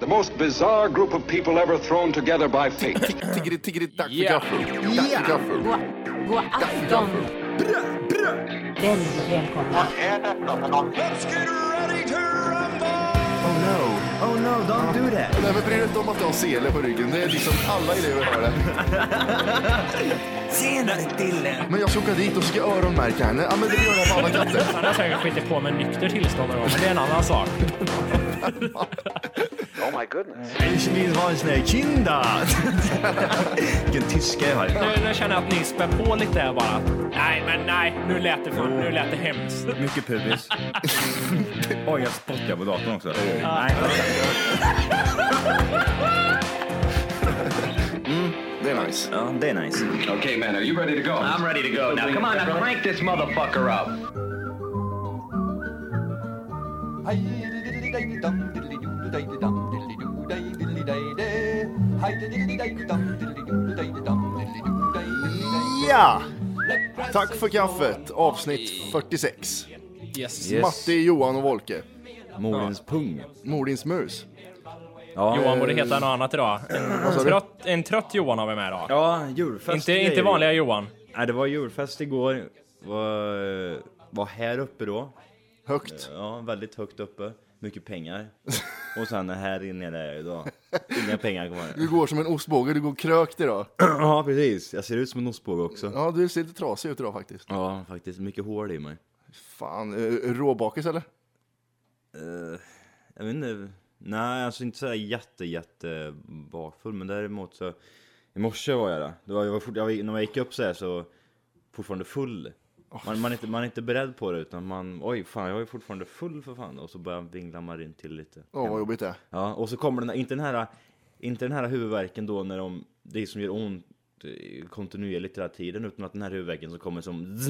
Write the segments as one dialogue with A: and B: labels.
A: The most bizarre group of people ever thrown together by fate.
B: Tiggeri, tiggeri, dack för
C: Yeah.
B: gaffel. Dack för gaffel.
D: God, god afton. Väldigt välkomna.
E: Oh no, oh no, don't do that.
B: Nej, men bry dig inte om att du har sele på ryggen. Det är liksom alla elever har det.
E: Senare Dille!
B: Men jag ska åka dit och ska öronmärka henne. Ja, men det gör jag på alla katter.
C: Han har säkert skitit på med nykter tillstånd någon gång, men det är en annan sak.
E: Ich will ha en sån här kinda. Vilken tyska jag har.
C: Nu, nu känner jag att ni spär på lite här bara. Nej, men nej, nu lät det, fan, nu lät det hemskt.
F: Mycket pubis. Oj, jag spottar på datorn också.
B: Det är nice.
F: Ja, det är nice.
A: okay, man, are you ready to go?
G: I'm ready to go. Now come on, now crank this motherfucker up.
B: Ja! Tack för kaffet, avsnitt 46.
C: Yes.
F: Yes.
B: Matti, Johan och Volke.
F: Morens pung.
B: Mordins mus.
F: Ja,
C: Johan borde heta något annat idag. En trött, en trött Johan har vi med idag.
F: ja djurfest.
C: Inte,
F: det är
C: inte
F: ju-
C: vanliga Johan.
F: Nej, det var djurfest igår. Var, var här uppe då.
B: Högt.
F: Ja, väldigt högt uppe. Mycket pengar. Och sen här inne där idag. Inga pengar
B: Du
F: kvar.
B: går som en ostbåge, du går krökt idag.
F: Ja, precis. Jag ser ut som en ostbåge också.
B: Ja, du ser lite trasig ut idag faktiskt.
F: Ja, faktiskt. Mycket hål i mig.
B: Fan, eh, råbakis eller?
F: Jag vet inte. Nej, alltså inte sådär jätte, jätte bakfull. Men däremot så. I morse var jag det. Då var jag var fort, jag, var- när jag gick upp så här så. Fortfarande full. Man, man, är inte, man är inte beredd på det utan man, oj fan jag är fortfarande full för fan. Och så börjar vingla man runt till lite.
B: Åh, vad jobbigt det är.
F: Ja, och så kommer den här, inte den här, inte den här huvudvärken då när de, det som gör ont eh, kontinuerligt hela tiden utan att den här huvudvärken som kommer som zzz,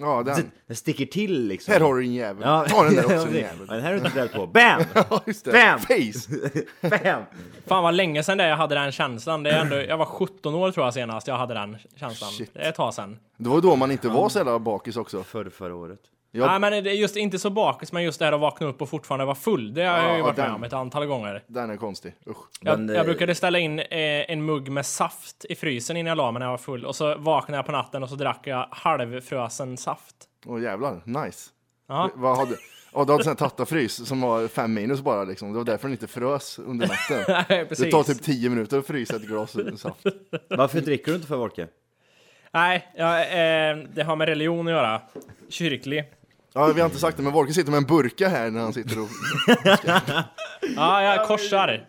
B: Ja,
F: zzz,
B: den.
F: den sticker till liksom.
B: Här har du en jävel.
F: Ja.
B: Ta den där också, din
F: Ja,
B: jävel.
F: Den här är du inte beredd på. Bam!
B: Ja, just det.
F: Bam!
B: Face!
F: Bam!
C: Fan vad länge sedan det är jag hade den känslan. Det är ändå, jag var 17 år tror jag senast jag hade den känslan.
B: Shit.
C: Det är ett tag sedan.
B: Det var då man inte var så jävla bakis också.
F: Förr, förra året.
B: Ja.
C: Nej men det är just inte så bakis, men just det här att vakna upp och fortfarande vara full. Det har jag ju
B: Ja,
C: varit med
B: den.
C: om ett antal gånger.
B: Den är konstig. Usch.
C: Jag,
F: Men, eh,
C: jag brukade ställa in eh, en mugg med saft i frysen innan jag la mig när jag var full. Och så vaknade jag på natten och så drack jag halvfrösen saft.
B: Åh jävlar, nice.
C: Ja.
B: Vad hade... Ja, du hade en sån här tattafrys som var fem minus bara liksom. Det var därför den inte frös under natten.
C: Nej,
B: Det
C: precis.
B: tar typ tio minuter att frysa ett glas saft.
F: Varför dricker du inte för Volke?
C: Nej, jag, eh, det har med religion att göra. Kyrklig.
B: Ja, vi har inte sagt det, men Volker sitter med en burka här när han sitter och...
C: Ja, jag korsar.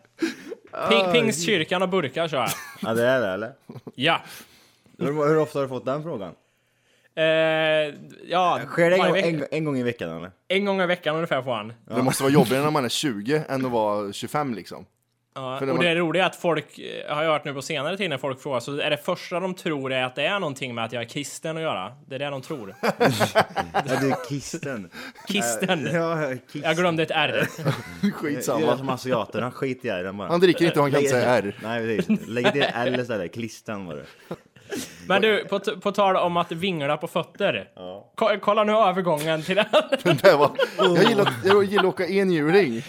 C: Ping, pingstkyrkan och burkar kör jag.
F: Ja det är det eller?
C: Ja.
F: Hur, hur ofta har du fått den frågan?
C: Eh, ja,
F: Sker det en,
C: varje
F: gång-
C: veck-
F: en, en gång i veckan eller?
C: en gång i veckan ungefär får han.
B: Det måste vara jobbigare när man är 20 än att vara 25 liksom.
C: Ja,
B: För det
C: och
B: var-
C: det roliga är att folk, eh, har jag hört nu på senare tid när folk frågar, så är det första de tror är att det är någonting med att jag är kristen att göra. Det är det de tror.
F: Ja du är kisten.
C: Kristen.
F: Ja, kisten.
C: Jag glömde ett R.
F: Det är som
B: Skitsamma.
F: asiaterna, skit i den bara.
B: Han dricker inte och han kan inte säga R.
F: Nej precis, lägg det L istället, klistan var det.
C: Men du, på, t- på tal om att vingla på fötter. Ko- Kolla nu övergången till den.
B: Det här var... Jag gillar, jag gillar att åka enhjuling.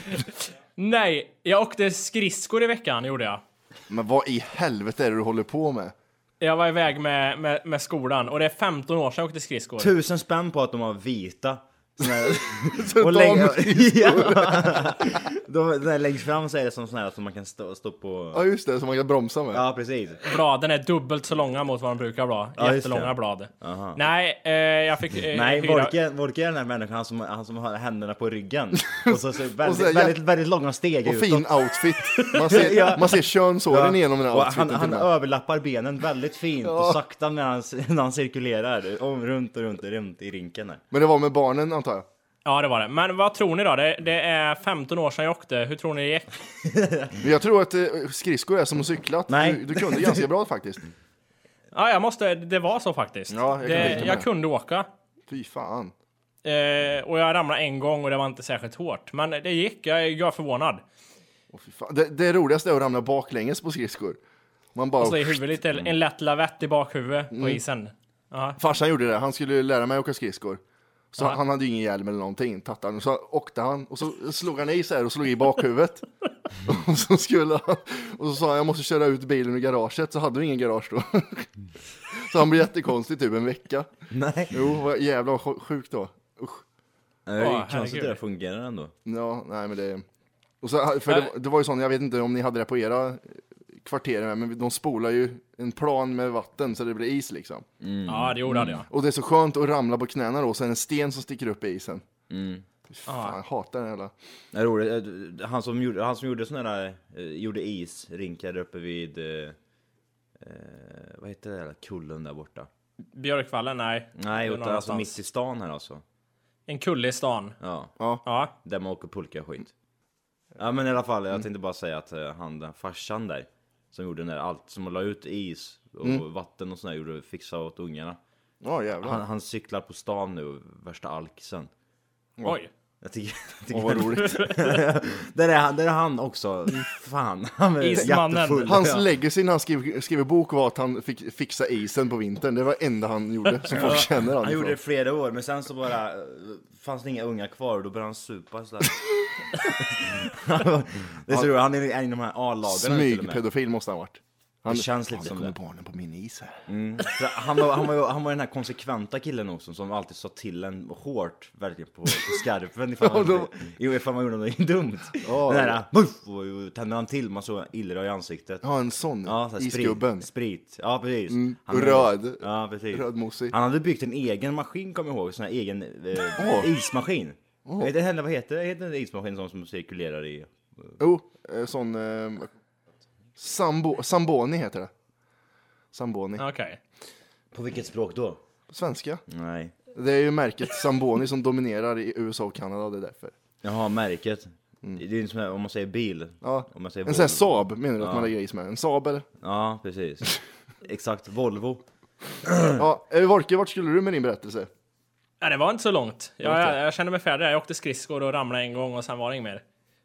C: Nej, jag åkte skridskor i veckan gjorde jag.
B: Men vad i helvete är det du håller på med?
C: Jag var iväg med, med, med skolan och det är 15 år sedan jag åkte skridskor.
F: Tusen spänn på att de har vita. Såna här-
B: Så
F: och
B: Typ de-
F: läng- ja. de, där längst fram så är det som såna här som man kan stå, stå på.
B: Ja just det, som man kan bromsa med.
F: Ja precis.
C: Bladen är dubbelt så långa mot vad de brukar vara.
F: Ja, just det.
C: Jättelånga blad. Nej, eh, jag fick eh,
F: Nej,
C: hyra...
F: Volke, Volke är den här människan han som, han som har händerna på ryggen. Och så, så väldigt,
B: ja.
F: väldigt, väldigt långa steg
B: Och
F: utåt.
B: fin outfit. Man ser,
F: Ja.
B: man ser könshåren
F: Ja.
B: genom den här
F: Och
B: outfiten
F: han, han
B: till och med.
F: överlappar benen väldigt fint och sakta när han, när han cirkulerar om, runt och runt och runt i rinken. Här.
B: Men det var med barnen antar jag.
C: Ja, det var det. Men vad tror ni då? Det, det är 15 år sedan jag åkte. Hur tror ni det gick?
B: Men jag tror att eh, skridskor är som att cykla.
F: Nej.
B: Du, du kunde ganska bra faktiskt.
C: Ja, jag måste... Det var så faktiskt.
B: Ja, jag kan tänka
C: det,
B: mig.
C: jag kunde åka.
B: Fy fan.
C: Eh, och jag ramlade en gång och det var inte särskilt hårt. Men det gick. Jag, jag är förvånad.
B: Åh, fy fan. Det, det roligaste är att ramla baklänges på skridskor. Man bara...
C: Och
F: Alltså,
C: så i huvudet lite, en lätt lavett i bakhuvudet på isen. Ja.
B: Farsan gjorde det, han skulle lära mig åka skridskor. Så han hade ju ingen hjälm eller någonting, tattaren. Så åkte han och så slog han i så här och slog i bakhuvudet. och så skulle han, och så sa han jag måste köra ut bilen ur garaget, så hade vi ingen garage då. så han blev jättekonstig typ en vecka.
F: Nej.
B: Jo, vad jävla sjukt då. Usch.
F: Det är ju
C: Åh,
F: konstigt
C: herregud.
F: att det där fungerar ändå.
B: Ja, nej men det... Och så, för det, det var ju sån, jag vet inte om ni hade det på era kvarter, här, men de spolar ju en plan med vatten så det blir is liksom.
C: Ja, det gjorde han ja.
B: Och det är så skönt att ramla på knäna då, och så är det en sten som sticker upp i isen. Fy Fan, jag hatar den jävla...
F: Det är roligt. eh, Han som gjorde, han som gjorde såna där, eh, gjorde isrinkar uppe vid, eh, eh, vad heter det där kullen där borta?
C: Björkvallen, nej.
F: Nej,
C: Det är
F: utan alltså
C: någonstans.
F: mitt i stan här alltså.
C: En kulle i stan.
F: Ja,
C: Ja.
F: där man åker pulka och skit. Ja men i alla fall, jag tänkte bara säga att eh, han, den farsan där, som gjorde den där allt, som la ut is och vatten och sådär, gjorde, fixade åt ungarna.
B: Mm. Ja, jävlar.
F: Han, han cyklar på stan nu, värsta alkisen.
C: Oj.
F: Jag tycker, jag tycker
B: Åh, vad roligt. Mm.
F: Där är han, där är han också. Fan, han är
C: Ismannen.
F: jättefull.
B: Hans
F: Ja.
B: legacy när han skrev, skrev bok var att han fick fixa isen på vintern. Det var det enda han gjorde som folk känner
F: Han gjorde
B: honom
F: det i
B: ifrån.
F: flera år, men sen så bara eh, fanns det inga unga kvar och då började han supa sådär. det är så roligt, han är en av de här A-lagarna till och med.
B: Smygpedofil måste han ha varit. Han,
F: Det känns lite
B: "Ja, nu
F: som
B: kommer
F: det."
B: barnen på min is här.
F: Så Han var, han, var, ju- han var den här konsekventa killen också som alltid sa till en hårt, verkligen på, på skarpen ifall
B: Ja,
F: man,
B: då-
F: jo, ifall man gjorde något dumt. Den där, buff, och tände han till, man såg illröd i ansiktet.
B: Ja, en sån.
F: Ja, så här
B: Isgubben.
F: Sprit, sprit. Ja, precis.
B: och röd.
F: Ja, precis.
B: Rödmosig.
F: Han hade byggt en egen maskin, kommer jag ihåg. Sån här egen eh,
B: Åh.
F: ismaskin. Oh. Det hände, vad heter det? Heter det en ismaskin sån som cirkulerar i...
B: Jo, eh, sån... Eh, sambo, samboni heter det. Samboni.
C: Okej.
F: På vilket språk då?
B: Svenska.
F: Nej.
B: Det är ju märket Samboni som dominerar i USA och Kanada, det är därför.
F: Jaha, märket. Det är ju en sån här, om man säger bil.
B: Mm. Ja.
F: Om man säger
B: en sån här Saab menar du att man lägger is med? En Saab eller?
F: Ja, precis. Exakt, Volvo.
B: Ja, eh, Wolke, vart skulle du med din berättelse?
C: Nej, det var inte så långt. Jag, jag, jag kände mig färdig där. Jag åkte skridskor och ramlade en gång och sen var det inget mer.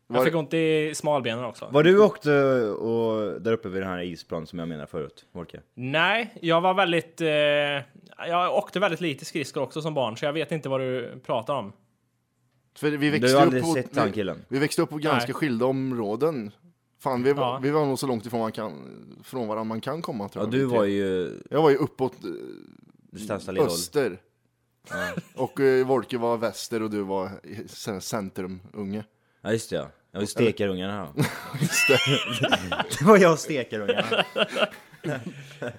C: Jag
B: Var-
C: fick ont i smalbenen också.
F: Var du åkte och där uppe vid den här isplanen som jag menade förut, Volke?
C: Nej, jag var väldigt... Eh, jag åkte väldigt lite skridskor också som barn, så jag vet inte vad du pratar om.
B: För vi
F: Du
B: växte upp
F: har aldrig
B: på,
F: sett han
B: vi,
F: killen?
B: vi växte upp på ganska
C: Nej.
B: skilda områden. Fan, vi, var-
C: Ja.
B: vi var nog så långt ifrån man kan, från varandra man kan komma tror
F: Ja,
B: jag.
F: du
B: Vi tre.
F: var ju...
B: Jag var ju uppåt
F: Du stansade
B: eh,
F: lite håll.
B: öster. Och eh, Wolke var väster och du var i- sen- centrumunge.
F: Ja, just det ja. Jag var ju stekarungarna här.
B: Just det.
F: Det var jag och stekarungarna.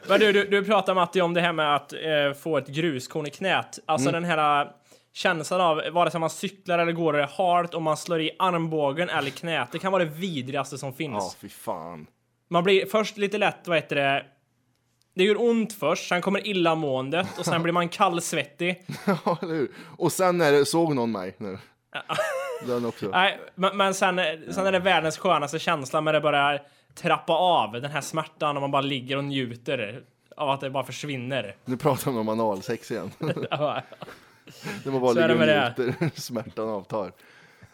C: Men du, du, du pratar Matti om det här med att eh, få ett gruskorn i knät. Alltså den här känslan av, vare sig man cyklar eller går och det är halt, om man slår i armbågen eller knät. Det kan vara det vidrigaste som finns.
B: Ja, fy fan.
C: Man blir först lite lätt, vad heter det? Det gör ont först, sen kommer illamåendet och sen blir man kallsvettig.
B: Ja, eller hur? Och sen är det, såg någon mig nu? Den också.
C: Nej, men, men sen, sen är det världens skönaste känsla när det börjar trappa av den här smärtan och man bara ligger och njuter av att det bara försvinner. Alltså,
B: Nu pratar man om analsex igen.
C: Ja,
B: Det var bara
C: Så är
B: ligga och
C: det med det.
B: njuter, smärtan avtar.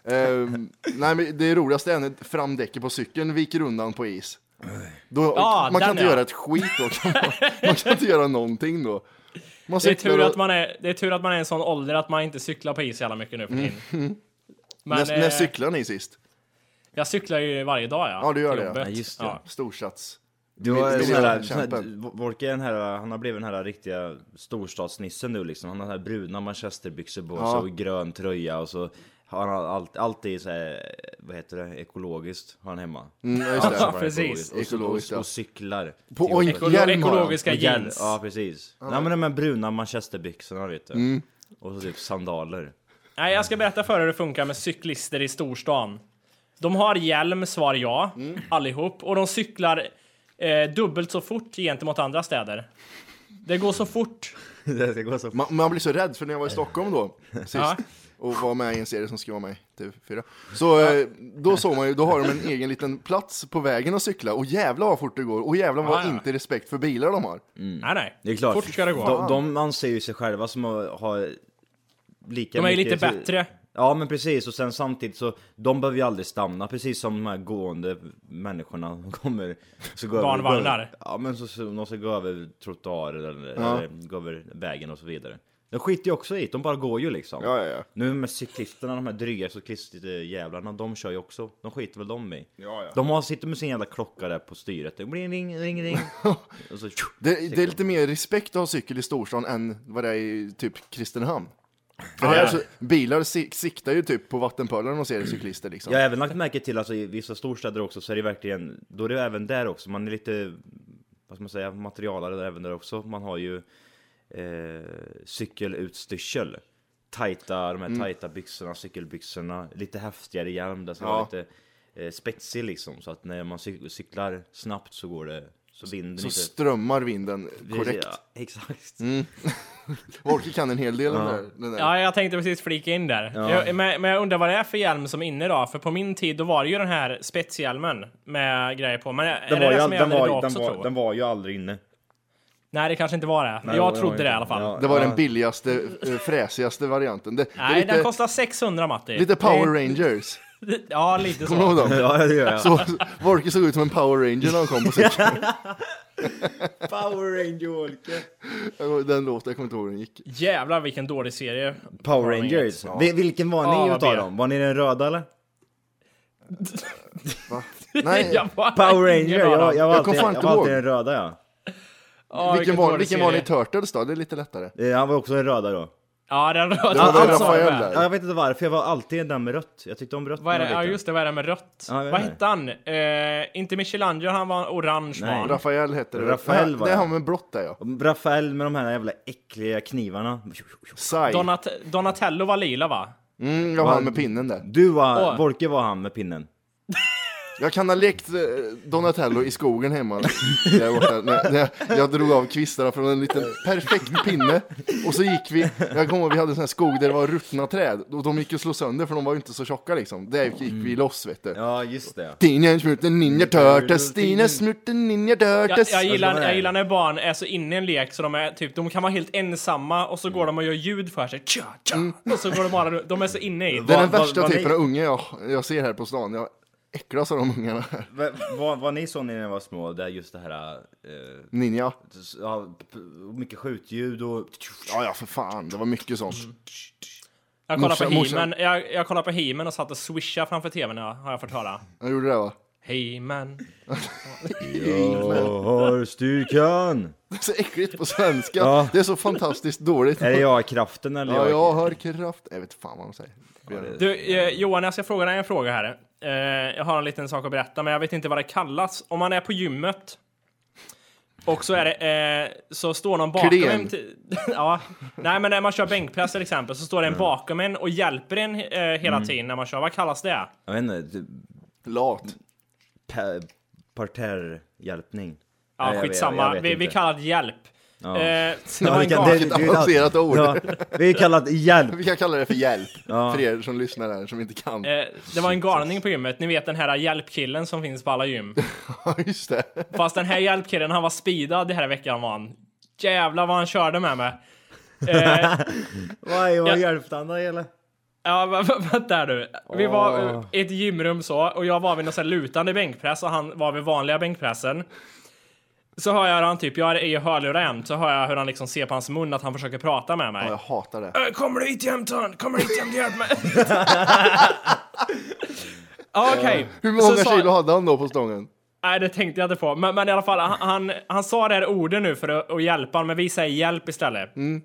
B: Ehm, nej men det roligaste är när framdäcket på cykeln viker undan på is. Då,
C: Ja,
B: man kan
C: den
B: inte
C: ja.
B: göra ett skit då. Kan man, man kan inte göra någonting då. Man
C: Det är,
B: cyklar
C: tur
B: och-
C: att man är, det är tur att man är i en sån ålder att man inte cyklar på is jävla mycket nu för tiden. Men
B: Mm. när, när
C: eh,
B: cyklar ni sist?
C: jag cyklar ju varje dag. Ja,
B: Ja, du gör
C: till
B: det, ja.
C: jobbet.
F: Ja, just det.
C: Ja.
B: Storsats.
F: Du var
B: Mil-
F: sån här, sån
B: miljökämpen.
F: här, Volke är den här, han har blivit den här riktiga storstadsnissen nu liksom. Han har den här bruna manchesterbyxor på sig och grön tröja och så har han allt, alltid så här, vad heter det, ekologiskt har han hemma.
B: Mm, ja, just det.
C: Ja, precis.
F: Och, så-
B: Ekologiskt,
F: och,
B: ja.
F: och cyklar.
B: På och
C: Ekolo-
B: hjälm har han.
C: ekologiska
F: hjälm.
C: jeans.
F: Ja precis. Nej men de här bruna manchesterbyxorna vet du. Och så typ sandaler.
C: Nej, jag ska berätta för er hur det funkar med cyklister i storstan. De har hjälm, svar ja, allihop. Och de cyklar eh, dubbelt så fort gentemot andra städer. Det går så fort.
F: det ska gå så
B: Man, man blir så rädd, för när jag var i Stockholm då, sist,
C: Ja.
B: och var med i en serie som skulle vara med i TV4, så eh, då såg man ju, då har de en egen liten plats på vägen att cykla, och jävlar vad fort det går, och jävlar vad
C: Ja, ja.
B: inte respekt för bilar de har.
C: Nej, nej.
F: Mm. Det är klart.
C: Fort ska det gå.
F: De, de anser ju sig själva som att ha lika
C: De är ju
F: mycket-
C: lite bättre.
F: Ja men precis och sen samtidigt så De behöver ju aldrig stanna precis som de här gående människorna som kommer så går över-
C: Barnvagnar.
F: går- Ja men så, så de ska gå över trottoarer eller, eller gå över vägen och så vidare De skiter ju också i det, de bara går ju liksom.
B: Ja, ja, ja.
F: Nu med cyklisterna, de här dryga cyklistjävlarna, de kör ju också. De skiter väl de i.
B: Ja, ja.
F: De har, sitter med sin jävla klocka där på styret. Det blir ring, ring, ring. och så,
B: Det, det är lite mer respekt att ha cykel i storstan än vad det är i typ Kristinehamn. För
F: Ja.
B: här, så, bilar si- siktar ju typ på vattenpölar när de ser cyklister liksom.
F: Jag har även lagt märke till, alltså, i vissa storstäder också, så är det verkligen, då är det även där också, man är lite, vad ska man säga, materialare där, även där också. Man har ju eh, cykelutstyrsel. Tajta, de här tajta byxorna, cykelbyxorna, lite häftigare hjälm, den ska vara lite eh, spetsig liksom. Så att när man cy- cyklar snabbt så går det, så Mm, vinden
B: Så
F: inte.
B: strömmar vinden korrekt.
F: Ja, exakt.
B: Volker kan en hel del om den där. Den där.
C: Ja, jag tänkte precis flika in där. Jag, men, men jag undrar vad det är för hjälm som är inne idag? För på min tid då var det ju den här spetshjälmen med grejer på. Men är
F: Den
C: det
F: var,
C: det
F: ju,
C: som
F: all- den,
C: gäller idag
F: var,
C: också
F: den,
C: tror
F: var, den var ju aldrig inne.
C: Nej, det kanske inte var det.
F: Nej,
C: jag
F: det
C: trodde det i
F: inte.
C: alla fall.
F: Ja,
B: Det var
F: ja.
B: den billigaste, eh, fräsigaste varianten. Det, det är
C: Nej,
B: lite,
C: den kostar 600 Matti.
B: lite Power
C: Det-
B: Rangers.
C: Ja, lite
B: Kommer du ihåg
C: så.
B: dem?
F: Ja, det gör jag.
B: Så, Volker såg ut som en Power Ranger när han kom på cykeln.
F: Power Ranger-Olke.
B: Den låten, jag kommer inte ihåg hur den gick.
C: Jävlar vilken dålig serie.
F: Power Rangers. Vi- Vilken var ni
C: Ja,
F: utav
C: det.
F: dem? Var ni den röda eller?
B: Nej,
C: Jag var-
F: Power
C: ingen
F: Ranger, jag,
C: aning.
F: var- jag var
B: Jag
F: alltid,
B: kommer fan
F: jag
B: inte
F: var
B: ihåg.
F: alltid den röda ja.
C: Ja,
B: vilken
C: dålig
B: var, vilken var ni
C: serie.
B: Turtles då? Det är lite lättare.
F: Eh, Han var också den röda då.
C: Ja, den
B: Det var väl
C: röda.
B: Rafael
C: Alltså,
F: Ja,
B: där?
F: jag vet inte varför, jag var alltid den med rött. Jag tyckte om rött
C: Vad är det?
F: när jag
C: Ja
F: var liten.
C: just det, vad är det med rött?
F: Ja, jag vet
C: vad
F: inte.
C: hette han? Eh, inte Michelangelo, han var orange
F: Nej.
C: man.
B: Rafael hette det.
F: Rafael
B: Nej,
F: var
B: det. är
F: det.
B: han med blått där ja.
F: Rafael med de här jävla äckliga knivarna.
B: Sai.
C: Donat Donatello var lila va?
B: Mm, jag var han med pinnen där.
F: Du var,
C: Åh.
F: Volke var han med pinnen.
B: Jag kan ha lekt eh, Donatello i skogen hemma. Där borta. När- när jag, jag drog av kvistarna från en liten perfekt pinne. Och så gick vi, jag kommer ihåg vi hade en sån här skog där det var ruttna träd. Och de gick ju slå sönder för de var ju inte så tjocka liksom. Där gick vi loss vet du.
F: Mm. Ja, just det.
B: Tine smurten ninja törtes, Tine smurten ninja
C: Jag,
B: törtes.
C: jag, gillar,
F: vad är
C: jag
F: det?
C: gillar när barn är så inne i en lek så de är typ, de kan vara helt ensamma och så går de och gör ljud för sig. Tja, tja, och så går de bara, de är så inne i
B: Det
C: det.
B: är den
F: Vad-
B: värsta
F: vad- vad
B: typen
F: ni-
B: av unge jag, jag ser här på stan. Jag äcklas av de ungarna här.
F: Va- Var, var ni såna när ni var små? Där just det här... Eh,
B: Ninja.
F: ja, p- mycket skjutljud och...
B: Ja, ja för fan, det var mycket sånt.
F: Mm.
C: Jag kollar på
B: morsan- morsan-
C: He-Man, jag, jag kollar på He-Man och satt och swishade framför tvn ja, har jag fått höra.
B: Jag gjorde det va?
C: He-Man.
F: Jag har styrkan!
B: Det är så äckligt på svenska.
F: Ja.
B: Det är så fantastiskt dåligt.
F: Är det jag-kraften eller?
B: Ja,
F: jag-
B: jag har kraft. Jag vet fan vad de säger.
C: Du, eh, Johan, jag ska fråga dig en fråga här. Eh, jag har en liten sak att berätta, men jag vet inte vad det kallas. Om man är på gymmet och så, är det, eh, så står någon bakom
B: Klen.
C: en. till- ja. Nej, men när man kör bänkpress till exempel så står
F: Mm.
C: det en bakom en och hjälper en eh, hela tiden när man kör. Vad kallas det?
F: Jag vet inte. typ
B: Lat.
F: pa- Parterrhjälpning.
C: Ja,
F: Nej, jag vet-
C: skitsamma.
F: jag vet
C: vi, vi
F: inte.
C: kallar det hjälp. Eh, det var
F: vi
C: en
F: kan-
C: gal-
F: det-
B: Ett avancerat ord.
F: Ja, vi kallar det hjälp.
B: Vi kan kalla det för hjälp. För er som lyssnar här som inte kan.
C: eh, det var en galning på gymmet, ni vet den här hjälpkillen som finns på alla gym.
B: Ja, just det.
C: Fast den här hjälpkillen, han var speedad den här veckan var han. Jävlar vad han körde med mig. Eh,
F: Oj, vad
C: Ja.
F: hjälpte han dig eller?
C: Ja, va- va- vänta här nu. Vi var eh,
B: Ah.
C: i ett gymrum så, och jag var vid någon sån här lutande bänkpress och han var vid vanliga bänkpressen. Så hör jag hur han typ, jag är i hörlurar jämt, så hör jag hur han liksom ser på hans mun att han försöker prata med mig.
B: Ah, Ja, Jag hatar det.
C: "Eh, Kommer du hit Jämtön? Kommer du hit Jämtön? Hjälp mig! Ja, Okej.
B: Hur
C: Så
B: många
C: sa-
B: kilo hade han då på stången?
C: Nej, det tänkte jag inte på. Men, men i alla fall, han, han, han sa det här ordet nu för att, att hjälpa honom, men vi säger hjälp istället.
B: Mm.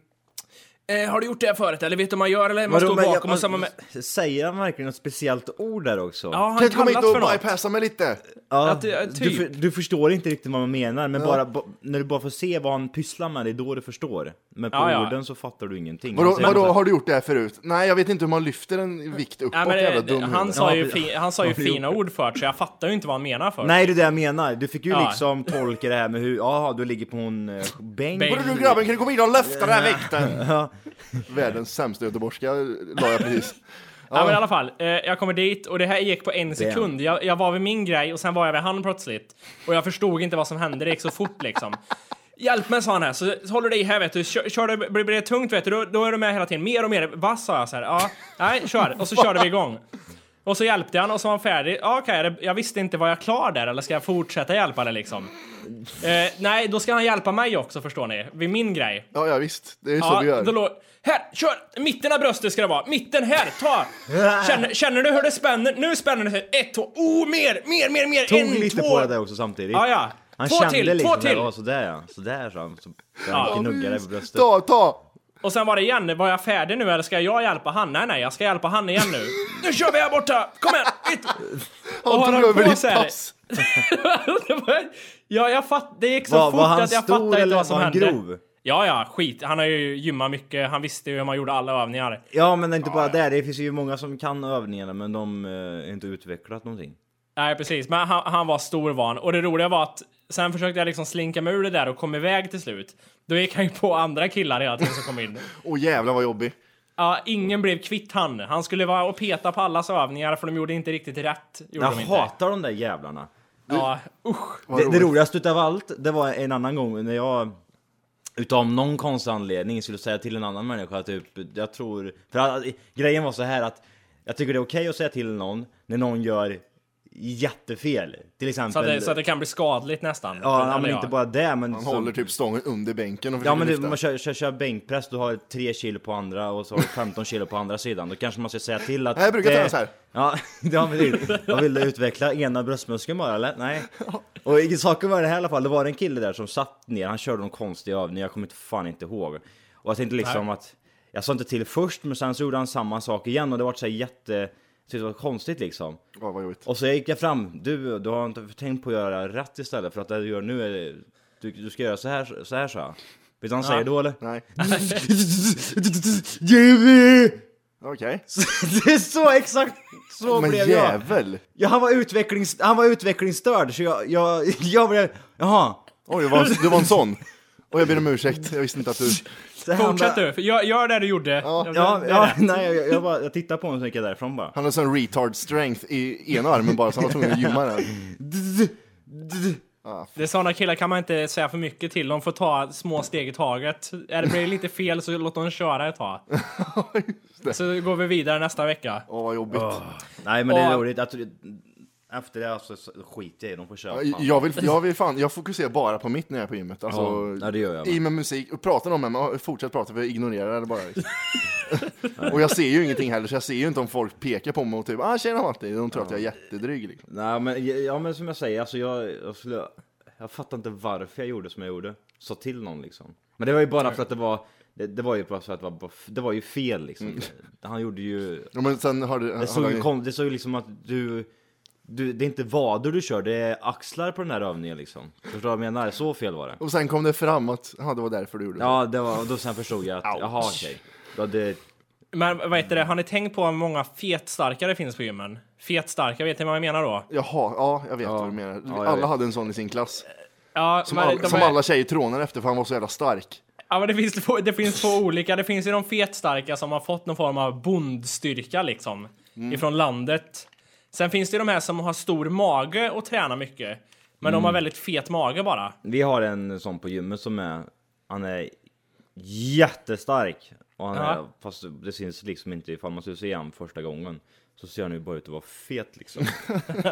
C: Eh, har du gjort det här förut, eller vet du hur man gör? Eller man står bakom och samma med...
F: Säger han verkligen något speciellt ord där också?
C: Ja, han
B: Kan du komma hit
C: kallas för
B: och
C: något.
B: bypassa mig lite?
F: Ja,
C: att det är
F: du,
C: typ.
F: för, du förstår inte riktigt vad man menar, men bara, bo- när du bara får se vad han pysslar med, det är då du förstår. Men på
C: Ja, ja.
F: orden så fattar du ingenting. Alltså,
B: Vadå,
F: Han säger
B: vadå,
F: så här,
B: har du gjort det här förut? Nej, jag vet inte hur man lyfter en vikt uppåt,
C: Nej, men
B: jävla
C: det,
B: dum
C: han,
B: huvud.
C: sa ju
F: Ja,
C: fi, han sa ju
F: precis.
C: fina ord för så jag fattar ju inte vad han menar för.
F: Nej, det är det jag menar. Du fick ju
C: Ja.
F: liksom tolka det här med hur, jaha, du ligger på en eh, bänk.
C: Bänk.
B: Vadå du grabben, kan du komma hit och lyfta den här vikten?
F: Ja.
B: Världens sämsta göteborgska la jag precis.
C: Ja, men i alla fall, eh, jag kommer dit och det här gick på en sekund. Jag, jag var vid min grej och sen var jag vid han plötsligt. Och jag förstod inte vad som hände, det gick så fort liksom. Hjälp mig sa han här, så, så håller du i här vet du, kör, kör du, blir, blir det tungt vet du, då, då är du med hela tiden. Mer och mer, vass sa jag så här. Ja, nej, kör. Och så körde vi igång. Och så hjälpte han och så var han färdig. Ja, Okej, det- jag visste inte, var jag klar där eller ska jag fortsätta hjälpa dig liksom? Eh, nej, då ska han hjälpa mig också förstår ni, vid min grej.
B: Ja, ja visst. Det är ju så vi
C: Ja,
B: gör.
C: då lå- Här, kör! Mitten av bröstet ska det vara. Mitten här, ta! Känner, känner du hur det spänner? Nu spänner det sig. Ett, två, oh, mer, mer, mer, mer.
F: Tog
C: en,
F: lite
C: två.
F: på det där också samtidigt.
C: Ja, ja.
F: Han
C: två
F: kände
C: till,
F: liksom
C: två
F: det där,
C: till!
F: ja, sådär ja. Sådär sa han. Så så
C: Ja,
F: han knuggade dig på bröstet.
B: Ta, ta!
C: Och sen var det igen, var jag färdig nu eller ska jag hjälpa han? Nej, nej, jag ska hjälpa han igen nu. nu kör vi här borta! Kom igen! Hit. Och
B: Han
C: han
B: drog
C: höll på
B: över ditt
C: så här.
B: pass.
C: Det var- ja, jag fatt, det gick så
F: Var,
C: fort
F: var han
C: att jag
F: stor
C: fattade inte
F: eller
C: vad som
F: var han
C: hände.
F: grov?
C: Ja, ja, skit. Han har ju gymmat mycket, han visste ju hur man gjorde alla övningar.
F: Ja men inte bara där, det finns ju många som kan övningarna men de eh, har inte utvecklat någonting.
C: Nej, precis. Men han, han var stor van. Och det roliga var att sen försökte jag liksom slinka mig ur det där och kom iväg till slut. Då gick han ju på andra killar hela tiden som kom in.
B: Åh jävlar vad jobbig.
C: Ja, ingen blev kvitt han. Han skulle vara och peta på allas övningar för de gjorde inte riktigt rätt. Gjorde
F: Jag
C: de inte.
F: hatar de där jävlarna.
C: Ja, usch.
F: Det, det roligaste utav allt, det var en annan gång när jag Utav någon konstig anledning skulle säga till en annan människa typ, jag tror... För att, grejen var så här att jag tycker det är okej att säga till någon när någon gör jättefel. Till exempel...
C: Så att, det, så att det kan bli skadligt nästan.
F: ja,
C: Eller
F: ja, men inte bara det men...
B: Han
F: så-
B: håller typ stången under bänken och
F: Ja men
B: försöker lyfta.
F: du, man kör, kör, kör bänkpress, du har 3 kilo på andra och så har du 15 kilo på andra sidan. Då kanske man ska säga till att...
B: Nej, jag brukar
F: det-
B: träna så här.
F: Ja, ja men det, jag ville utveckla ena bröstmuskeln bara eller? Nej. Och i- saken var det här i alla fall, det var en kille där som satt ner, han körde någon konstig övning, jag kommer inte fan inte ihåg. Och jag tänkte liksom att... Jag sa inte till först, men sen så gjorde han samma sak igen och det vart så här jätte... jag tyckte Det var konstigt liksom.
B: Ja, vad jobbigt.
F: Och så gick jag fram, du, du har inte tänkt på att göra rätt istället för att det du gör nu är, du, du ska göra så här, så här sa jag. Vet du vad han säger då eller?
B: Nej.
F: Jimmy!
B: Okej.
F: Det är så exakt så
B: Men
F: blev jag.
B: jävel.
F: Ja, han, var utvecklings, han var utvecklingsstörd så jag, jag, jag blev, jaha.
B: Oj, du var, en- du var en sån. Och jag ber om ursäkt. Jag visste inte att du...
F: Så här,
C: Fortsätt
F: han
C: du, för gör, gör det du gjorde. Ja,
F: bara- Ja, ja, nej, jag, jag, bara, jag tittade på honom och gick jag därifrån bara.
B: Han hade sån retard strength i ena armen bara, så han var tvungen att gymma den.
C: Det är sådana killar kan man inte säga för mycket till. De får ta små steg i taget. Är det blir lite fel så låt dem köra ett tag. Så går vi vidare nästa vecka.
B: Åh, vad jobbigt.
F: Nej men det är
C: Och-
F: roligt att efter det alltså, så skiter jag i dem på köpa.
B: Jag vill, jag vill fan, jag fokuserar bara på mitt när jag är på gymmet. Alltså,
F: Ja, ja, det gör jag med.
B: I med musik, och pratar om det, men fortsätt prata för jag ignorerar det bara. liksom. och jag ser ju ingenting heller, så jag ser ju inte om folk pekar på mig och typ ah tjena Matti, de tror att jag är jättedryg. Liksom.
F: Nej men, ja, men som jag säger, alltså jag, jag, skulle, jag fattar inte varför jag gjorde som jag gjorde. Sa till någon liksom. Men det var ju bara för att det var, det, det var ju bara för att det var, det var ju fel liksom. Han gjorde ju,
B: Ja, men sen har du,
F: det såg ju, kon- det såg ju liksom att du, du, det är inte vader du kör, det är axlar på den här övningen liksom. Förstår du vad jag menar? Så fel var det.
B: och sen kom det fram att ja, det var därför du gjorde det.
F: Ja, det var, och då sen förstod jag att, jaha okej. Då det,
C: Men vad heter det, har ni tänkt på hur många fetstarka det finns på gymmen? Fetstarka, vet ni vad jag menar då?
B: Jaha, ja jag vet vad du menar.
F: Ja, jag
B: alla
F: vet.
B: hade en sån i sin klass.
C: Ja,
B: Som,
C: men
B: all,
C: de
B: som
C: är-
B: alla tjejer trånade efter för han var så jävla stark.
C: Ja, men det finns, två, det finns två olika. Det finns ju de fetstarka som har fått någon form av bondstyrka liksom.
B: Mm.
C: Ifrån landet. Sen finns det ju de här som har stor mage och tränar mycket. Men
B: Mm.
C: de har väldigt fet mage bara.
F: vi har en sån på gymmet som är, han är jättestark. Och han är,
C: Ja.
F: fast det syns liksom inte ifall man skulle se han första gången. Så ser han ju bara ut att vara fet liksom.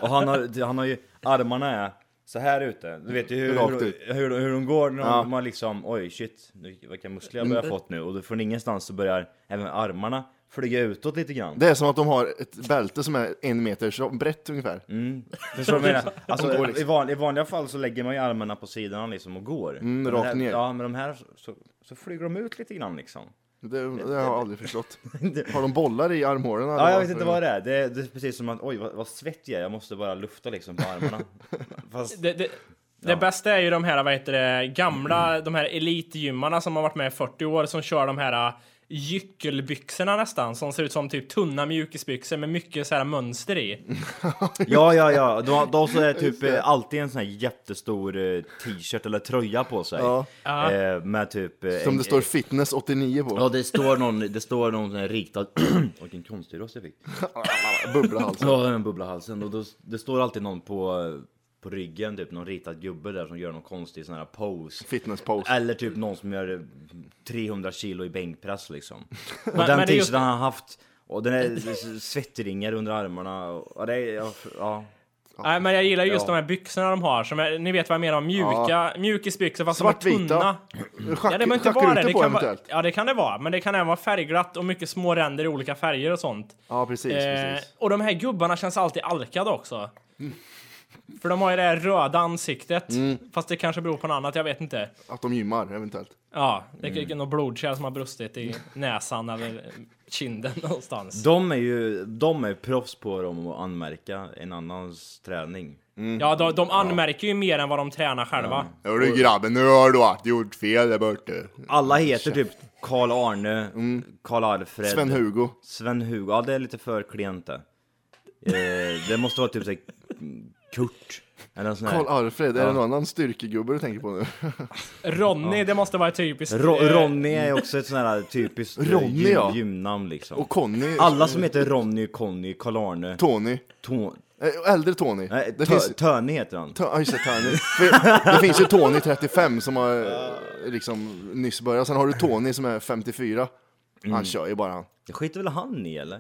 F: och han har, han har ju, armarna är så här ute. Du vet ju hur,
B: Rakt ut.
F: hur, hur, hur de går när de, man liksom, oj shit, nu, vilka muskler
B: Mm.
F: jag börjar fått nu. Och då från ingenstans så börjar även armarna flyga utåt lite grann.
B: Det är som att de har ett bälte som är en meter så- brett ungefär. Mm.
F: Förstår du vad jag menar?
B: De
F: Alltså,
B: går liksom.
F: i, van, I vanliga fall så lägger man ju armarna på sidorna liksom och går. Men
B: Mm, rakt
F: här,
B: ner.
F: Ja, men de här så, så flyger de ut lite grann liksom.
B: Det, det har jag aldrig förstått. Har de bollar i armhålorna?
F: Ja, jag vet inte vad det är. Det är, det är precis som att oj, vad, vad svettig jag är. Jag måste bara lufta liksom på armarna. Fast,
C: Det, det, det bästa är ju de här, vad heter det, gamla, de här elitgymmarna som har varit med i 40 år som kör de här äh, gyckelbyxorna nästan, som ser ut som typ tunna mjukisbyxor med mycket så här mönster i.
B: Mm.
F: ja, ja, ja. De, har- de så är typ eh, alltid en sån här jättestor eh, t-shirt eller tröja på sig.
B: Ja.
F: Eh, med typ... eh,
B: Som
F: en-
B: det står fitness 89 på.
F: Ja, det står någon, det står någon sån här riktad... Vilken konstig röst jag fick.
B: Bubbla alltså. hals.
F: Ja, den bubbla halsen. Och då, det står alltid någon på, på ryggen, typ någon ritad gubbe där som gör någon konstig sån här pose.
B: Fitness pose.
F: Eller typ någon som gör eh, 300 kilo i bänkpress liksom. Och
C: men det är
F: den
C: just-
F: t-shirten har han haft Och den är s- svettringar under armarna. Och, ja, det är, ja, f- ja.
C: Nej, men jag gillar just
F: Ja.
C: de här byxorna de har. Som är, ni vet vad jag menar om mjuka, mjukisbyxor fast de är
B: Svartvita.
C: tunna.
B: Schack,
C: Ja det, men inte
B: schackrutor
C: vara det. Det,
B: på
C: kan vara,
B: eventuellt.
C: ja, det kan det vara. Men det kan även vara färgglatt och mycket små ränder i olika färger och sånt.
B: Ja, precis.
C: Eh,
B: precis.
C: och de här gubbarna känns alltid alkade också. För de har ju det här röda ansiktet. Fast det kanske beror på något annat, jag vet inte.
B: Att de gymmar eventuellt.
C: Ja, det är något blodkärl som har brustit i näsan eller kinden någonstans.
F: De är ju de är proffs på dem att anmärka en annans träning.
C: Ja, de, de anmärker ju mer än vad de tränar själva.
B: Hörru grabben, nu har du att gjort fel där borta.
F: Alla heter typ Karl-Arne,
C: Mm.
F: Karl-Alfred,
B: Sven-Hugo.
F: Sven-Hugo. Ja, det är lite för klent det. Eh, det måste vara typ såhär Kurt. Eller någon sån här.
B: Karl-Alfred, är det någon annan styrkegubbe du tänker på nu?
C: Ronny, det måste vara typiskt.
F: Ro-
C: eh,
F: Ronny är också ett sån här typiskt eh,
B: Ronny,
F: gym,
B: ja.
F: gymnamn liksom.
B: Och Conny,
F: Alla som heter Ronny, Conny, Karl-Arne,
B: Tony.
F: Ton...
B: Eh, Äldre Tony.
F: Nej,
B: det
F: tö-
B: finns...
F: Törne heter han.
B: Tö- Ja, just det, Tony. För det finns ju Tony 35 som har eh, liksom nyss börjat. Sen har du Tony som är 54. Han kör ju bara han.
F: Det skiter väl han i eller?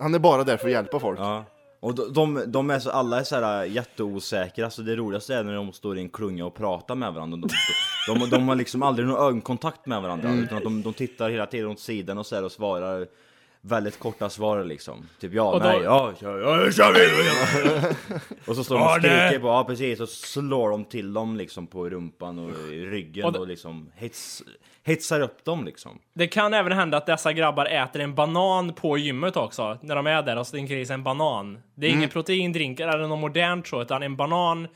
B: Han är bara där för att hjälpa folk.
F: Ja. Och de, de, de är så, alla är så här äh, jätteosäkra, så det roligaste är när de står i en klunga och pratar med varandra. De, de, de, de har liksom aldrig någon ögonkontakt med varandra,
C: Mm.
F: utan att de, de tittar hela tiden åt sidan och, så här och svarar väldigt korta svar liksom. Typ ja,
C: Och då-
F: nej, ja, kör, ja, nu kör vi! och så står de och
C: Ja, det-
F: skriker på, ja precis, och slår de till dem liksom på rumpan och i ryggen
C: Och
F: och,
C: då-
F: liksom hets, hetsar upp dem liksom.
C: Det kan även hända att dessa grabbar äter en banan på gymmet också, när de är där och slinker i sig en banan. Det är ingen proteindrink eller något modernt så, utan en banan.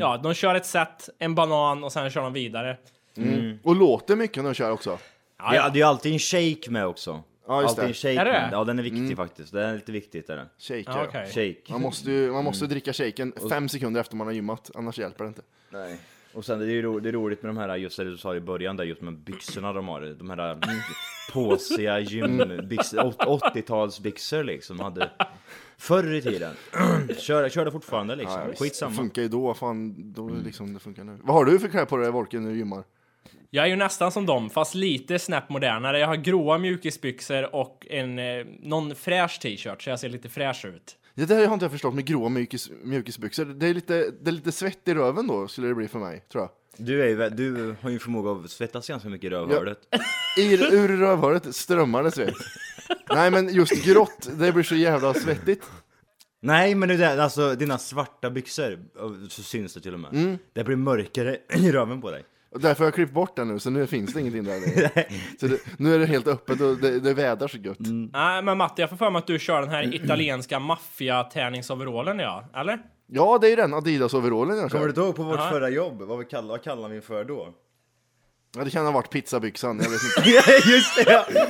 C: Ja, de kör ett set, en banan och sen kör de vidare.
B: Mm. Och låter mycket när de kör också.
F: Ja, det är ju alltid en shake med också.
B: Ja, just
F: alltid
B: det.
F: en shake
C: Är det
F: med.
C: det? Mm.
F: Ja, den är viktig faktiskt. Den är lite viktigt är den.
B: Shake,
C: Ja,
B: ja.
C: okej.
F: Shake.
B: Man måste ju man måste dricka shaken fem sekunder efter man har gymmat, annars hjälper det inte.
F: Nej. Och sen det är ju ro, det är roligt med de här, just det du sa i början där, just med byxorna de har. De här mm, påsiga gymbyxor, åt- 80-talsbyxor liksom. de Hade förr i tiden. Kör, kör det fortfarande liksom.
B: Det
F: Skitsamma.
B: funkar ju då, fan, då är det liksom det funkar nu. Vad har du för kläder på dig Wolke när du gymmar?
C: Jag är ju nästan som dem, fast lite snäpp modernare. Jag har gråa mjukisbyxor och en, eh, någon fräsch t-shirt, så jag ser lite fräsch ut.
B: Det där har inte jag förstått med gråa mjukis, mjukisbyxor. Det är, lite, det är lite svett i röven då, skulle det bli för mig, tror jag.
F: Du, är ju, vä- du har ju en förmåga att svettas ganska mycket i rövhålet.
B: I, ur rövhålet strömmar det svett. Nej men just grått, det blir så jävla svettigt.
F: Nej men det där, alltså dina svarta byxor, så syns det till och med. Det blir mörkare i röven på dig.
B: Och därför har jag klippt bort den nu, så nu finns det ingenting där längre. Så det, nu är det helt öppet och det, det vädrar så gött.
C: Nej, men Matti, jag får för mig att du kör den här italienska maffia-tärningsoverallen, ja. Eller?
B: Ja, det är ju den Adidas-overallen jag
F: Kommer du
B: kör.
F: inte ihåg på vårt förra jobb? Vad, vi kallade, vad kallade vi för då?
B: Ja, det kan ha varit pizzabyxan, jag vet inte.
F: Just det!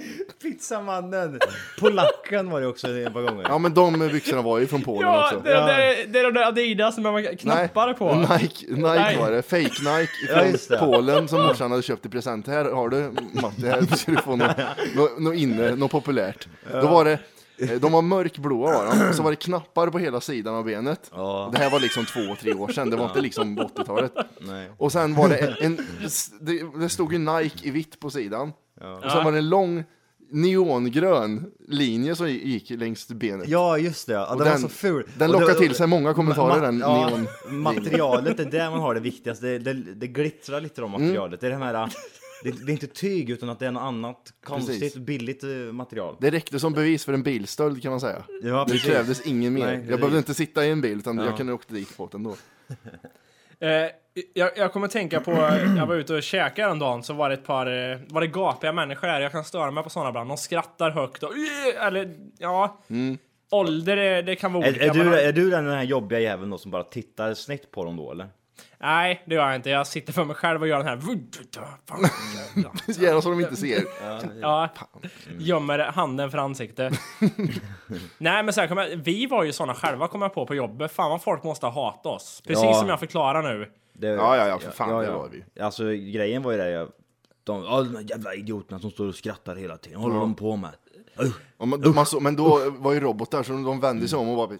F: Pizzamannen! Polacken var det också ett par gånger.
B: Ja men de byxorna var ju från Polen också.
C: det, det, det är de där Adidas som man knappar på.
B: Nike, Nike
C: Nej.
B: var det, fake Nike
F: Ja,
B: från
F: just det.
B: Polen som morsan hade köpt i present. Här har du Matti, här ska du få något nå, nå inne, något populärt. Då var det, eh, de var mörkblåa var de, och så var det knappar på hela sidan av benet.
F: Ja.
B: Det här var liksom två, tre år sedan, det var inte liksom på 80-talet.
F: Nej.
B: Och sen var det en, en det, det stod ju Nike i vitt på sidan. Och sen var det en lång neongrön linje som gick längs benet.
F: Ja just det, ja, den, var
B: den-
F: så ful.
B: den
F: Och det-
B: lockar till sig många kommentarer, den
F: ja,
B: neon-
F: Materialet, det är där man har det viktigaste, det, det, det glittrar lite om
B: Mm.
F: materialet. Det är det här, det, det är inte tyg utan att det är något annat konstigt,
B: Precis.
F: billigt eh, material.
B: Det räckte som bevis för en bilstöld kan man säga.
F: Ja,
B: det
F: precis.
B: krävdes ingen mer.
F: Nej,
B: jag
F: precis.
B: behövde inte sitta i en bil utan jag kunde åkt dit på den ändå.
C: Eh, jag, jag kommer tänka på, jag var ute och käkade en dag så var det ett par, eh, var det gapiga människor där, jag kan störa mig på sådana ibland. De skrattar högt och eller ja. Ålder, det, det kan vara
F: Mm. Är,
C: olika.
F: är,
C: men-
F: du, är du den här jobbiga jäveln då som bara tittar snett på dem då eller?
C: Nej, det gör jag inte. Jag sitter för mig själv och gör den här... Fan.
B: Gärna så de inte ser.
C: Ja, gömmer handen för ansiktet. Nej, men sen kom jag, vi var ju såna själva, kom jag på, på jobbet. Fan vad folk måste hata oss. Precis
F: Ja.
C: som jag förklarar nu.
F: Det,
B: Ja, ja, ja, för fan, det var vi.
F: Alltså grejen var ju det, jag, de, ja, de här jävla idioterna som står och skrattar hela tiden, håller de på med? Usch.
B: Och man, man så, men då var ju robotar så de vände sig om och bara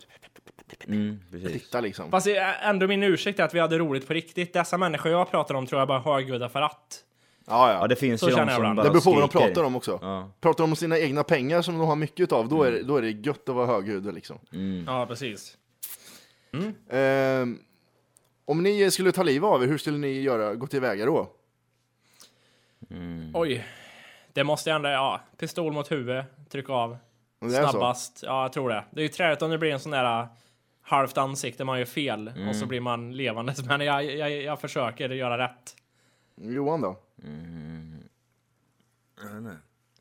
C: Mm,
F: Precis.
B: titta liksom.
C: Fast det är ändå min ursäkt är att vi hade roligt på riktigt. Dessa människor jag pratar om tror jag bara har gudar för att.
B: Ja, ja.
F: Ja det finns
C: Så
F: ju de
C: känner jag
F: som
C: ibland.
F: bara
C: Det
B: Det beror på vad de
F: skriker.
B: pratar om också.
F: Ja. Mm.
B: Pratar de om sina egna pengar som de har mycket utav, då är, det- då är det gött att vara högljudd liksom.
C: Ja, precis.
B: Ehm, om ni skulle ta livet av er, hur skulle ni göra, gå tillväga då?
C: Oj. Det måste jag ändra, ja. Pistol mot huvud, tryck av.
B: Om det är så?
C: Snabbast. Ja, jag tror det. Det är ju träligt om det blir en sån där äh, halvt ansikte, man gör fel och så blir man levandes. Men jag, jag, jag försöker göra rätt.
B: Johan då?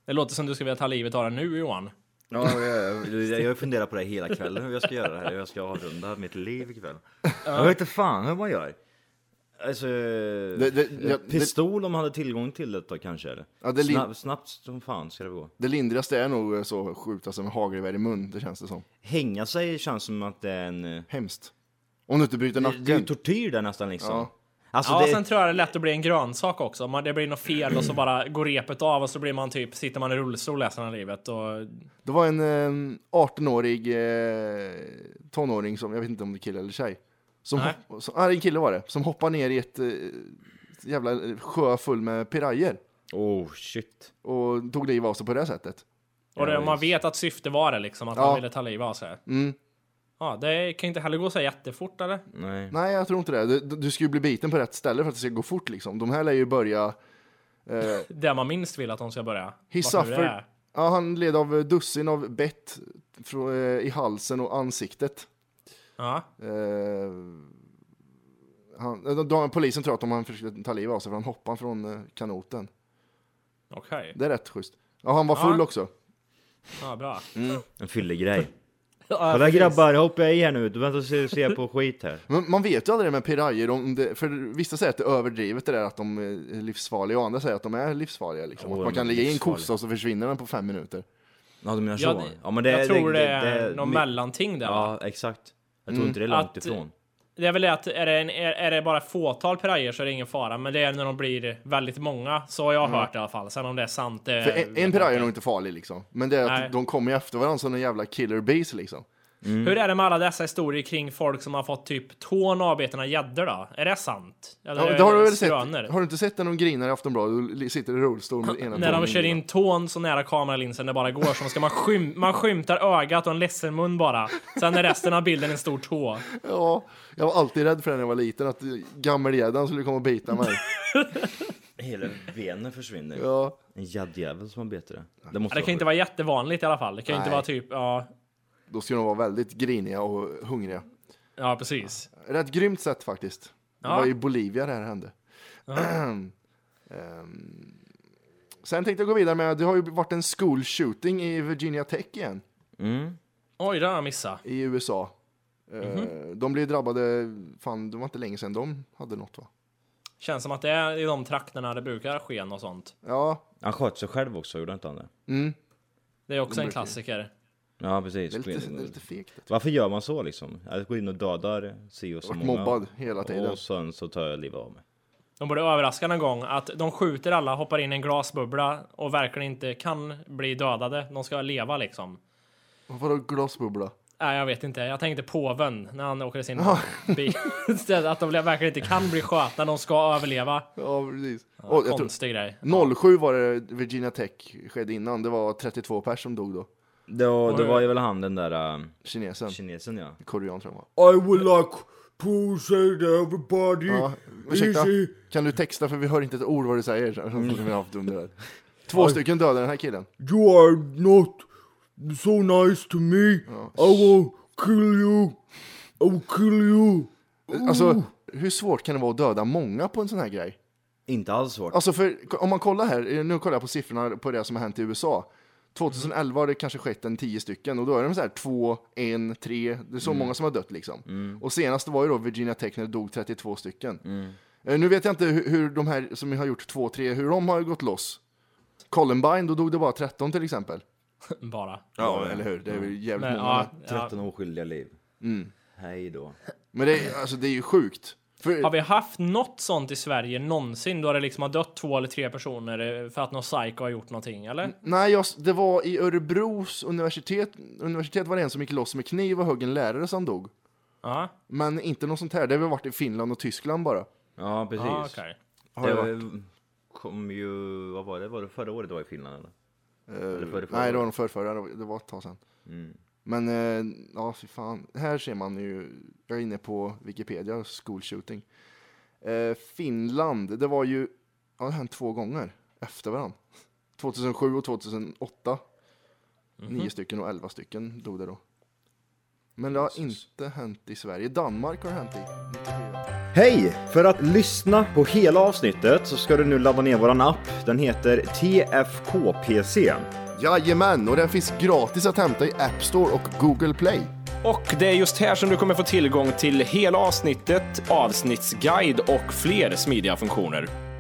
C: Det låter som du skulle vilja ta livet av den nu Johan.
F: Ja, jag, jag, jag funderar på det hela kvällen hur jag ska göra det här, hur jag ska avrunda mitt liv ikväll. Jag vet inte fan hur man gör. Alltså,
B: det-
F: eh,
B: jag- det-
F: pistol om man hade tillgång till det då kanske? Eller?
B: Ja, det li-
F: Snabb, snabbt som fan ska det gå.
B: Det lindrigaste är nog eh, så skjuta som en hagelgevär i mun, det känns det som.
F: Hänga sig känns som att det är en... eh,
B: Hemskt. Om du inte bryter
F: Det, det är ju
B: nacken.
F: tortyr där nästan liksom.
B: Ja.
F: Alltså,
C: ja,
F: det,
C: sen tror jag det är lätt att bli en grönsak också. Man, det blir något fel och så bara går repet av och så blir man typ, sitter man i rullstol resten av livet. Och,
B: Det var en eh, 18-årig eh, tonåring som, jag vet inte om det är kille eller tjej. Som
C: Nej.
B: hopp- som, ah, det är en kille var det, som hoppar ner i ett eh, jävla sjö full med pirajer.
F: Oh shit.
B: Och tog livet av sig på det sättet.
C: och det, man vet att syfte var det liksom, att
B: Ja.
C: man ville ta livet av sig.
B: Mm.
C: Ja, det kan ju inte heller gå så jättefort eller?
F: Nej.
B: Nej, jag tror inte det. Du, du ska ju bli biten på rätt ställe för att det ska gå fort liksom. De här lär ju börja... Eh,
C: Där man minst vill att de ska börja.
B: He
C: Varför det
B: suffered.
C: är.
B: Ja, han led av eh, dussin av bett frå- eh, i halsen och ansiktet.
C: Ja.
B: Eh, han, eh, då- då, polisen tror att de han försökte ta livet av sig för han hoppade från eh, kanoten.
C: Okej,
B: Det är rätt schysst. Ja, han var full
C: Ja.
B: också.
C: ja, bra.
F: En fyllig grej.
C: Ja,
F: Kolla
C: precis.
F: Mm. grabbar, hoppa i här nu. Du väntar och se, se på skit här.
B: Men man vet ju aldrig det med pirajer, om det, för vissa säger att det är överdrivet det där att de är livsfarliga och andra säger att de är livsfarliga. Liksom.
F: Ja,
B: att
F: de
B: man
F: är
B: kan lägga i en
F: livsfarliga.
B: kossa och så försvinner den på fem minuter.
F: Ja du menar så?
C: Ja,
F: Ja,
C: det-
F: men det,
C: jag tror det, är
F: det-
C: någon
F: mi-
C: mellanting där. va? Mm.
F: Ja exakt. Jag tror inte det är långt
C: Att-
F: ifrån.
C: Det är väl det att är det, en, är, är det bara ett fåtal pirajer så är det ingen fara, men det är när de blir väldigt många. Så har jag
F: Mm.
C: hört i alla fall. Sen om det är sant. Det,
B: För en, en piraj är nog inte farlig liksom, men det är att
C: Nej.
B: de kommer ju efter varandra som en jävla killer bees liksom.
C: Hur är det med alla dessa historier kring folk som har fått typ tån avbeten av gäddor då? Är det sant? Eller
B: Ja,
C: är
B: det har du väl sett?
C: skrönor?
B: Har du inte sett när de grinar i Aftonbladet och li- sitter i rullstol med ena
C: När de
B: tången
C: kör in tån så nära kameralinsen det bara går, så ska man, skym- man skymtar ögat och en ledsen mun bara. Sen är resten av bilden en stor tå.
B: Ja, jag var alltid rädd för det när jag var liten, att eh, gammelgäddan skulle komma och bita mig.
F: Hela venen försvinner.
B: ja.
F: En gäddjävel som har bete det. Det, måste
C: Ja, Det kan ju inte vara jättevanligt i alla fall. Det kan ju inte
B: Nej.
C: vara typ, ja,
B: Då skulle de vara väldigt griniga och hungriga.
C: ja precis.
B: Rätt grymt sätt faktiskt. Det
C: Ja.
B: var i Bolivia det här hände. Ehm, Sen tänkte jag gå vidare med, det har ju varit en school shooting i Virginia Tech igen,
C: Oj, det har jag missat.
B: i USA. Eh, De blev drabbade, fan det var inte länge sedan de hade något va?
C: Känns som att det är i de trakterna det brukar ske och sånt.
B: Ja,
F: Han sköt sig själv också, gjorde inte han det?
C: Det är också en klassiker.
F: Ja precis.
B: det är lite, det är lite fegt.
F: Varför gör man så liksom? Att gå in och dödar si och så
B: Vart
F: många.
B: mobbad hela tiden.
F: Och sen så tar jag livet av mig.
C: De borde överraska någon gång att de skjuter alla, hoppar in i en glasbubbla och verkligen inte kan bli dödade. De ska leva liksom.
B: Vadå glasbubbla?
C: Nej, jag vet inte. Jag tänkte påven när han åkte sin bil. Istället att de verkligen inte kan bli skötna. De ska överleva.
B: Ja, precis. och, jag tror,
C: Konstig grej.
B: 07 var det Virginia Tech skedde innan, det var 32 pers som dog då.
F: Det var, det
C: hur-
F: var ju väl han den där äh,
B: Kinesen,
F: kinesen ja.
B: korean tror jag var.
F: I will like push everybody.
B: Ja, ursäkta, kan du texta för vi hör inte ett ord vad du säger. så-
F: Mm.
B: som vi har haft under det här. Två stycken dödade den här killen.
F: You are not so nice to me. I will kill you. I will kill you.
B: Alltså, hur svårt kan det vara att döda många på en sån här grej?
F: Inte alls svårt.
B: Alltså för, om man kollar här, eh, nu kollar jag på siffrorna på det som har hänt i USA. 2011 har det kanske skett en 10 stycken och då är det så här 2, 1, 3, det är så många som har dött liksom. Och senast var ju då Virginia Tech när det dog 32 stycken. Eh, Nu vet jag inte hur, hur de här som har gjort 2, 3, hur de har gått loss. Columbine, då dog det bara 13 till exempel.
C: Bara.
B: Ja, Mm. eller hur? Det är ju jävligt
C: Men,
B: många.
C: ja, ja.
F: 13 oskyldiga liv.
C: Mm.
F: Hej då.
B: Men det är, alltså, det är ju sjukt. För,
C: Har vi haft något sånt i Sverige någonsin då det liksom har dött två eller tre personer eh, för att någon psycho har gjort någonting eller?
B: Nej, jag, det var i Örebros universitet, universitet var det en som gick loss med kniv och högg en lärare som dog.
C: Ja,
B: Men inte något sånt här. Det har väl varit i Finland och Tyskland bara.
F: Ja precis.
C: ah, okej.
B: Har det
F: det
B: varit.
F: var kom ju, vad var det? Var det förra året det var i Finland eller?
B: Eh,
F: förra, förra
B: nej, det var
F: året. Mm.
B: nog förrförra. Det var- Det var ett tag sedan. Men eh, ja, fy fan. Här ser man ju, jag är inne på Wikipedia, school shooting. Eh, Finland, det var ju, ja det har hänt två gånger efter varandra. 2007 och 2008.
F: Mhm.
B: Nio stycken och elva stycken dog det då. Men det har inte hänt i Sverige. Danmark har det hänt i. 94.
F: Hej! För att lyssna på hela avsnittet så ska du nu ladda ner våran app. Den heter TFKPC.
B: Jajamän, och den finns gratis att hämta i App Store och Google Play.
H: Och det är just här som du kommer få tillgång till hela avsnittet, avsnittsguide och fler smidiga funktioner.